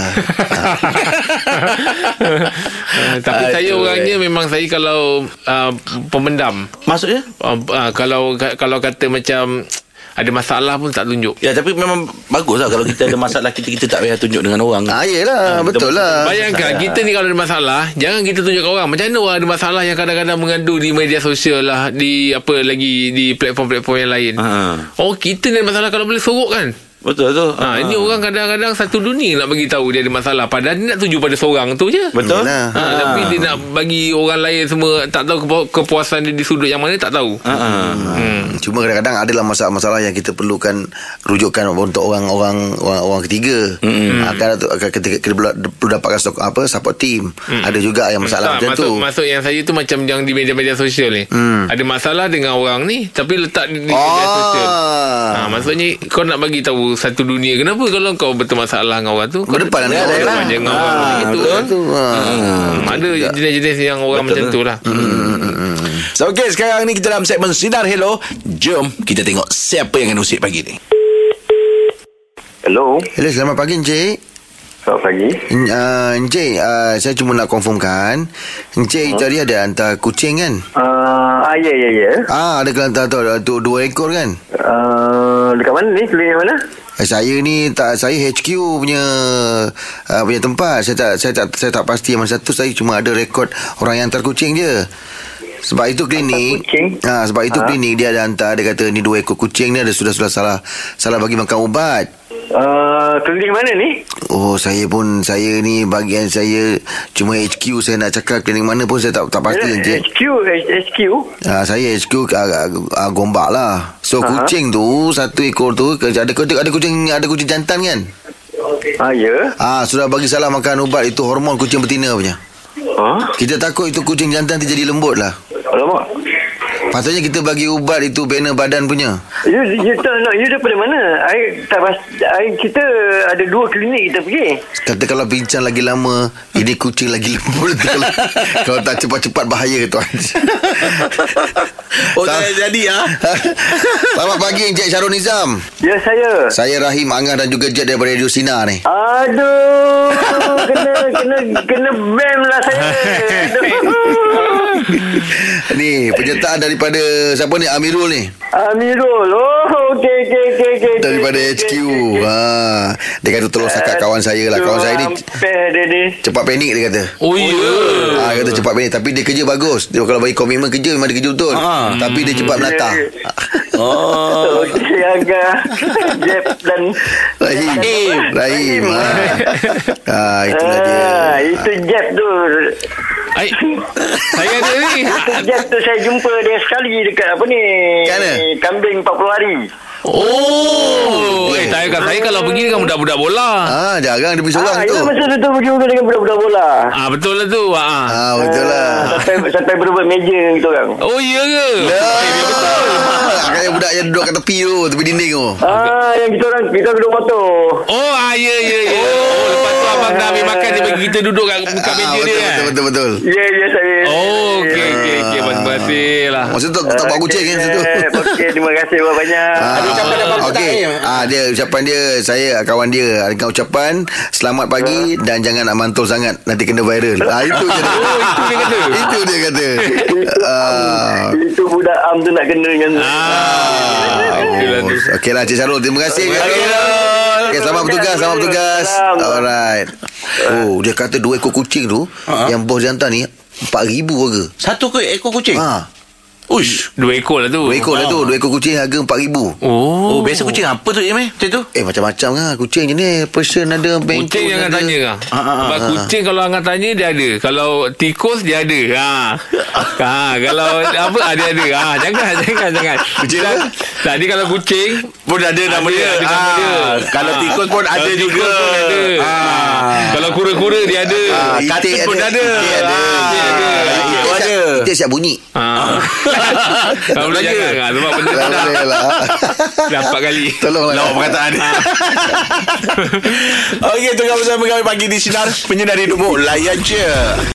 [SPEAKER 2] Ah, tapi saya
[SPEAKER 1] Aduh,
[SPEAKER 2] orangnya memang saya kalau ah, pemendam.
[SPEAKER 1] Maksudnya?
[SPEAKER 2] Ah, ah, kalau kalau kata macam ada masalah pun tak tunjuk.
[SPEAKER 1] Ya tapi memang Bagus lah Kalau kita ada masalah Kita kita tak payah tunjuk dengan orang
[SPEAKER 3] Ah, yelah, betul lah.
[SPEAKER 2] Bayangkan kita ni kalau ada masalah Jangan kita tunjuk ke orang Macam mana orang ada masalah Yang kadang-kadang mengadu Di media sosial lah Di apa lagi Di platform-platform yang lain
[SPEAKER 1] Ha.
[SPEAKER 2] Oh kita ni ada masalah Kalau boleh sorok kan
[SPEAKER 1] Betul tu.
[SPEAKER 3] Ah.
[SPEAKER 2] Ha, ini orang kadang-kadang satu dunia nak bagi tahu dia ada masalah padahal dia nak tuju pada seorang tu je.
[SPEAKER 1] Betul?
[SPEAKER 3] Yelah.
[SPEAKER 2] Ha, tapi dia nak bagi orang lain semua tak tahu kepu- kepuasan dia di sudut yang mana tak
[SPEAKER 3] Ah,
[SPEAKER 2] tahu.
[SPEAKER 1] Ha.
[SPEAKER 2] Hmm.
[SPEAKER 3] Cuma kadang-kadang adalah masalah-masalah yang kita perlukan rujukan untuk orang-orang orang, orang ketiga. Mm. Akan kita, kita perlu, perlu dapatkan stok, apa support team. Ada juga yang masalah
[SPEAKER 2] Ah,
[SPEAKER 3] macam
[SPEAKER 2] maksud,
[SPEAKER 3] tu.
[SPEAKER 2] Maksud yang saya tu macam yang di media-media sosial ni.
[SPEAKER 3] Hmm.
[SPEAKER 2] Ada masalah dengan orang ni tapi letak di, di
[SPEAKER 3] Ah,
[SPEAKER 2] media sosial.
[SPEAKER 3] oh.
[SPEAKER 2] Ha, maksudnya kau nak bagi tahu satu dunia kenapa kalau kau bermasalah dengan orang tu kau
[SPEAKER 3] Berdepan dengan
[SPEAKER 2] dengan
[SPEAKER 3] dia
[SPEAKER 2] orang
[SPEAKER 3] lah.
[SPEAKER 2] dengan
[SPEAKER 1] Ha,
[SPEAKER 2] orang gitu
[SPEAKER 3] Betul
[SPEAKER 2] kan.
[SPEAKER 3] tu. Ha.
[SPEAKER 2] Hmm, ada jenis-jenis yang orang macam tu lah.
[SPEAKER 3] Hmm.
[SPEAKER 1] So, okay, sekarang ni kita dalam segmen Sinar Hello. Jom kita tengok siapa yang akan usik pagi ni.
[SPEAKER 5] Hello.
[SPEAKER 3] Hello, selamat pagi Encik.
[SPEAKER 5] Selamat pagi.
[SPEAKER 3] N- Uh, Encik, uh, saya cuma nak confirmkan. Encik tadi ada hantar kucing kan?
[SPEAKER 5] Uh, ah, ya, ya, ya.
[SPEAKER 3] Ah, ada kelantar tu, tu dua ekor kan?
[SPEAKER 5] Uh, dekat mana ni? Klinik mana?
[SPEAKER 3] Eh, saya ni tak saya HQ punya uh, punya tempat. Saya tak saya tak saya tak pasti masa tu saya cuma ada rekod orang yang hantar kucing je. Sebab itu klinik.
[SPEAKER 5] Hantar kucing?
[SPEAKER 3] Ha, sebab itu
[SPEAKER 5] Ha.
[SPEAKER 3] klinik dia ada hantar dia kata ni dua ekor kucing ni ada sudah-sudah salah salah bagi makan ubat.
[SPEAKER 5] Uh, klinik mana ni?
[SPEAKER 3] Oh saya pun saya ni bagian saya cuma HQ saya nak cakap klinik mana pun saya tak tak pasti encik.
[SPEAKER 5] HQ, Eh, H- HQ.
[SPEAKER 3] Ha, saya HQ uh, uh, Gombak lah. So
[SPEAKER 5] Aha.
[SPEAKER 3] kucing tu satu ekor tu ada ada kucing ada kucing jantan kan?
[SPEAKER 5] Ah, ya.
[SPEAKER 3] Ah sudah bagi salah makan ubat itu hormon kucing betina punya.
[SPEAKER 5] Ah,
[SPEAKER 3] Kita takut itu kucing jantan tu jadi lembut lah.
[SPEAKER 5] alamak.
[SPEAKER 3] Patutnya kita bagi ubat itu banner badan punya.
[SPEAKER 5] You, you tak nak, you daripada mana? I, tak pas, I, kita ada dua klinik kita pergi.
[SPEAKER 3] Kata kalau bincang lagi lama, ini kucing lagi *laughs* lembut. kalau, kalau tak cepat-cepat bahaya tuan.
[SPEAKER 1] Oh,
[SPEAKER 3] Sa-
[SPEAKER 1] tak jadi ah.
[SPEAKER 3] *laughs* Selamat pagi Encik Syarul Nizam.
[SPEAKER 5] Ya, saya.
[SPEAKER 3] Saya Rahim Angah dan juga Jet daripada Radio Sina ni.
[SPEAKER 5] Aduh, kena kena kena bam lah
[SPEAKER 3] *laughs*
[SPEAKER 5] saya. Aduh.
[SPEAKER 3] Ni penyertaan daripada siapa ni Amirul ni
[SPEAKER 5] Amirul. Oh, okey okey okey okey.
[SPEAKER 3] daripada HQ. Ha. Dia kata tolong sakat kawan saya lah. Kawan saya ni
[SPEAKER 5] Hampir dia ni.
[SPEAKER 3] cepat panik dia kata.
[SPEAKER 2] Oh ya.
[SPEAKER 3] Ah kata cepat panik tapi dia kerja bagus. Dia kalau bagi komitmen kerja memang dia kerja betul.
[SPEAKER 2] Ha.
[SPEAKER 1] Ah.
[SPEAKER 3] Tapi dia cepat melatah.
[SPEAKER 1] Oh.
[SPEAKER 5] *laughs* Okey agak Jeb dan
[SPEAKER 3] Rahim.
[SPEAKER 1] Rahim.
[SPEAKER 3] Rahim. Ha. Ah itulah dia.
[SPEAKER 5] Ah, itu Jeb tu.
[SPEAKER 2] Ai, saya ada ni.
[SPEAKER 5] Itu Jeb tu saya jumpa dia sekali dekat apa ni?
[SPEAKER 3] Kat mana?
[SPEAKER 5] Kambing 40 hari.
[SPEAKER 2] Oh, eh, saya kat saya kalau pergi dengan budak-budak bola.
[SPEAKER 3] Ah jarang dia pergi seorang
[SPEAKER 5] Ah,
[SPEAKER 3] tu.
[SPEAKER 5] itu masa tu tu pergi dulu dengan budak-budak bola.
[SPEAKER 2] Ah betul lah tu. Ah.
[SPEAKER 3] Ah betul lah.
[SPEAKER 5] Ah, Sampai sampai berebut meja dengan kita orang.
[SPEAKER 2] Oh ya ke?
[SPEAKER 3] Lah. Ah, Kayak budak yang duduk kat tepi tu, tepi dinding tu.
[SPEAKER 5] Ah, yang kita orang kita duduk motor.
[SPEAKER 2] Oh, ah, ya, ya, ya. Oh, lepas tu abang dah habis makan, dia bagi kita duduk kat kat
[SPEAKER 3] Ah,
[SPEAKER 2] meja dia kan?
[SPEAKER 3] betul, betul, Ya. betul, betul.
[SPEAKER 5] Ya, yeah, ya yeah, saya. Ya.
[SPEAKER 2] Oh, okey, okey, okey. Terima kasih lah.
[SPEAKER 3] Masa tu tak bawa kucing kan situ.
[SPEAKER 5] Eh, Okey, terima kasih banyak.
[SPEAKER 3] Ah,
[SPEAKER 1] ucapan apa pula
[SPEAKER 3] Okey.
[SPEAKER 1] tak, eh?
[SPEAKER 3] Ah, dia ucapan dia saya ah, kawan dia dengan ucapan selamat pagi dan jangan nak mantul sangat nanti kena viral. Ah itu je. dia.
[SPEAKER 2] Oh, itu dia kata.
[SPEAKER 3] *laughs* Itu dia kata. Ah.
[SPEAKER 5] Itu budak am tu nak kena
[SPEAKER 3] Ya.
[SPEAKER 5] dengan.
[SPEAKER 2] Ah, okey lah tu.
[SPEAKER 3] Okey lah Cik Syarul Terima kasih
[SPEAKER 2] Okey lah.
[SPEAKER 3] okay, Selamat bertugas Selamat bertugas Alright Oh dia kata dua ekor kucing tu
[SPEAKER 2] Ah.
[SPEAKER 1] Ha.
[SPEAKER 3] Yang bos dia hantar ni 4,000 harga
[SPEAKER 1] Satu ke ekor kucing?
[SPEAKER 2] Eh,
[SPEAKER 1] Ha.
[SPEAKER 3] ha,
[SPEAKER 1] Uish.
[SPEAKER 2] Dua ekor lah tu.
[SPEAKER 3] Dua ekor lah tu Dua ekor kucing harga 4,000
[SPEAKER 1] Oh,
[SPEAKER 2] Oh,
[SPEAKER 1] biasa kucing apa tu Imeh? Macam tu?
[SPEAKER 3] Eh macam-macam lah Kucing je ni Persian ada Bengkok
[SPEAKER 2] Kucing jangan
[SPEAKER 3] ada.
[SPEAKER 2] tanya lah
[SPEAKER 1] Ah, ah,
[SPEAKER 2] Sebab kucing kalau Angan tanya Dia ada Kalau tikus dia ada ha. ha kalau apa ah, Dia ada ha, Jangan Jangan jangan Kucing tak, tak dia kalau kucing
[SPEAKER 1] Pun ada nama dia.
[SPEAKER 2] ada nama
[SPEAKER 1] Ah,
[SPEAKER 2] dia.
[SPEAKER 1] Kalau
[SPEAKER 2] Ah.
[SPEAKER 1] tikus pun
[SPEAKER 2] kalau
[SPEAKER 1] ada
[SPEAKER 2] tikus
[SPEAKER 1] juga.
[SPEAKER 2] pun ada. Ha.
[SPEAKER 1] Ah.
[SPEAKER 2] Kalau kura-kura dia ada Ha.
[SPEAKER 3] Ah,
[SPEAKER 1] Katun
[SPEAKER 3] itik
[SPEAKER 1] pun
[SPEAKER 3] ada,
[SPEAKER 1] ada.
[SPEAKER 3] Itik ada.
[SPEAKER 1] Ah,
[SPEAKER 2] itik ada.
[SPEAKER 3] Ah,
[SPEAKER 1] Itik
[SPEAKER 3] itik
[SPEAKER 1] ada.
[SPEAKER 3] siap- Itik siap *laughs* bunyi
[SPEAKER 2] ha. Kalau boleh
[SPEAKER 1] Belanja.
[SPEAKER 2] jangan ah, Sebab benda tu
[SPEAKER 3] Lah,
[SPEAKER 2] dah
[SPEAKER 3] boleh lah.
[SPEAKER 2] Dah empat kali
[SPEAKER 3] Tolonglah
[SPEAKER 1] Lawa perkataan dia Okey, tunggu bersama kami pagi di Sinar Penyedari Demo Layan je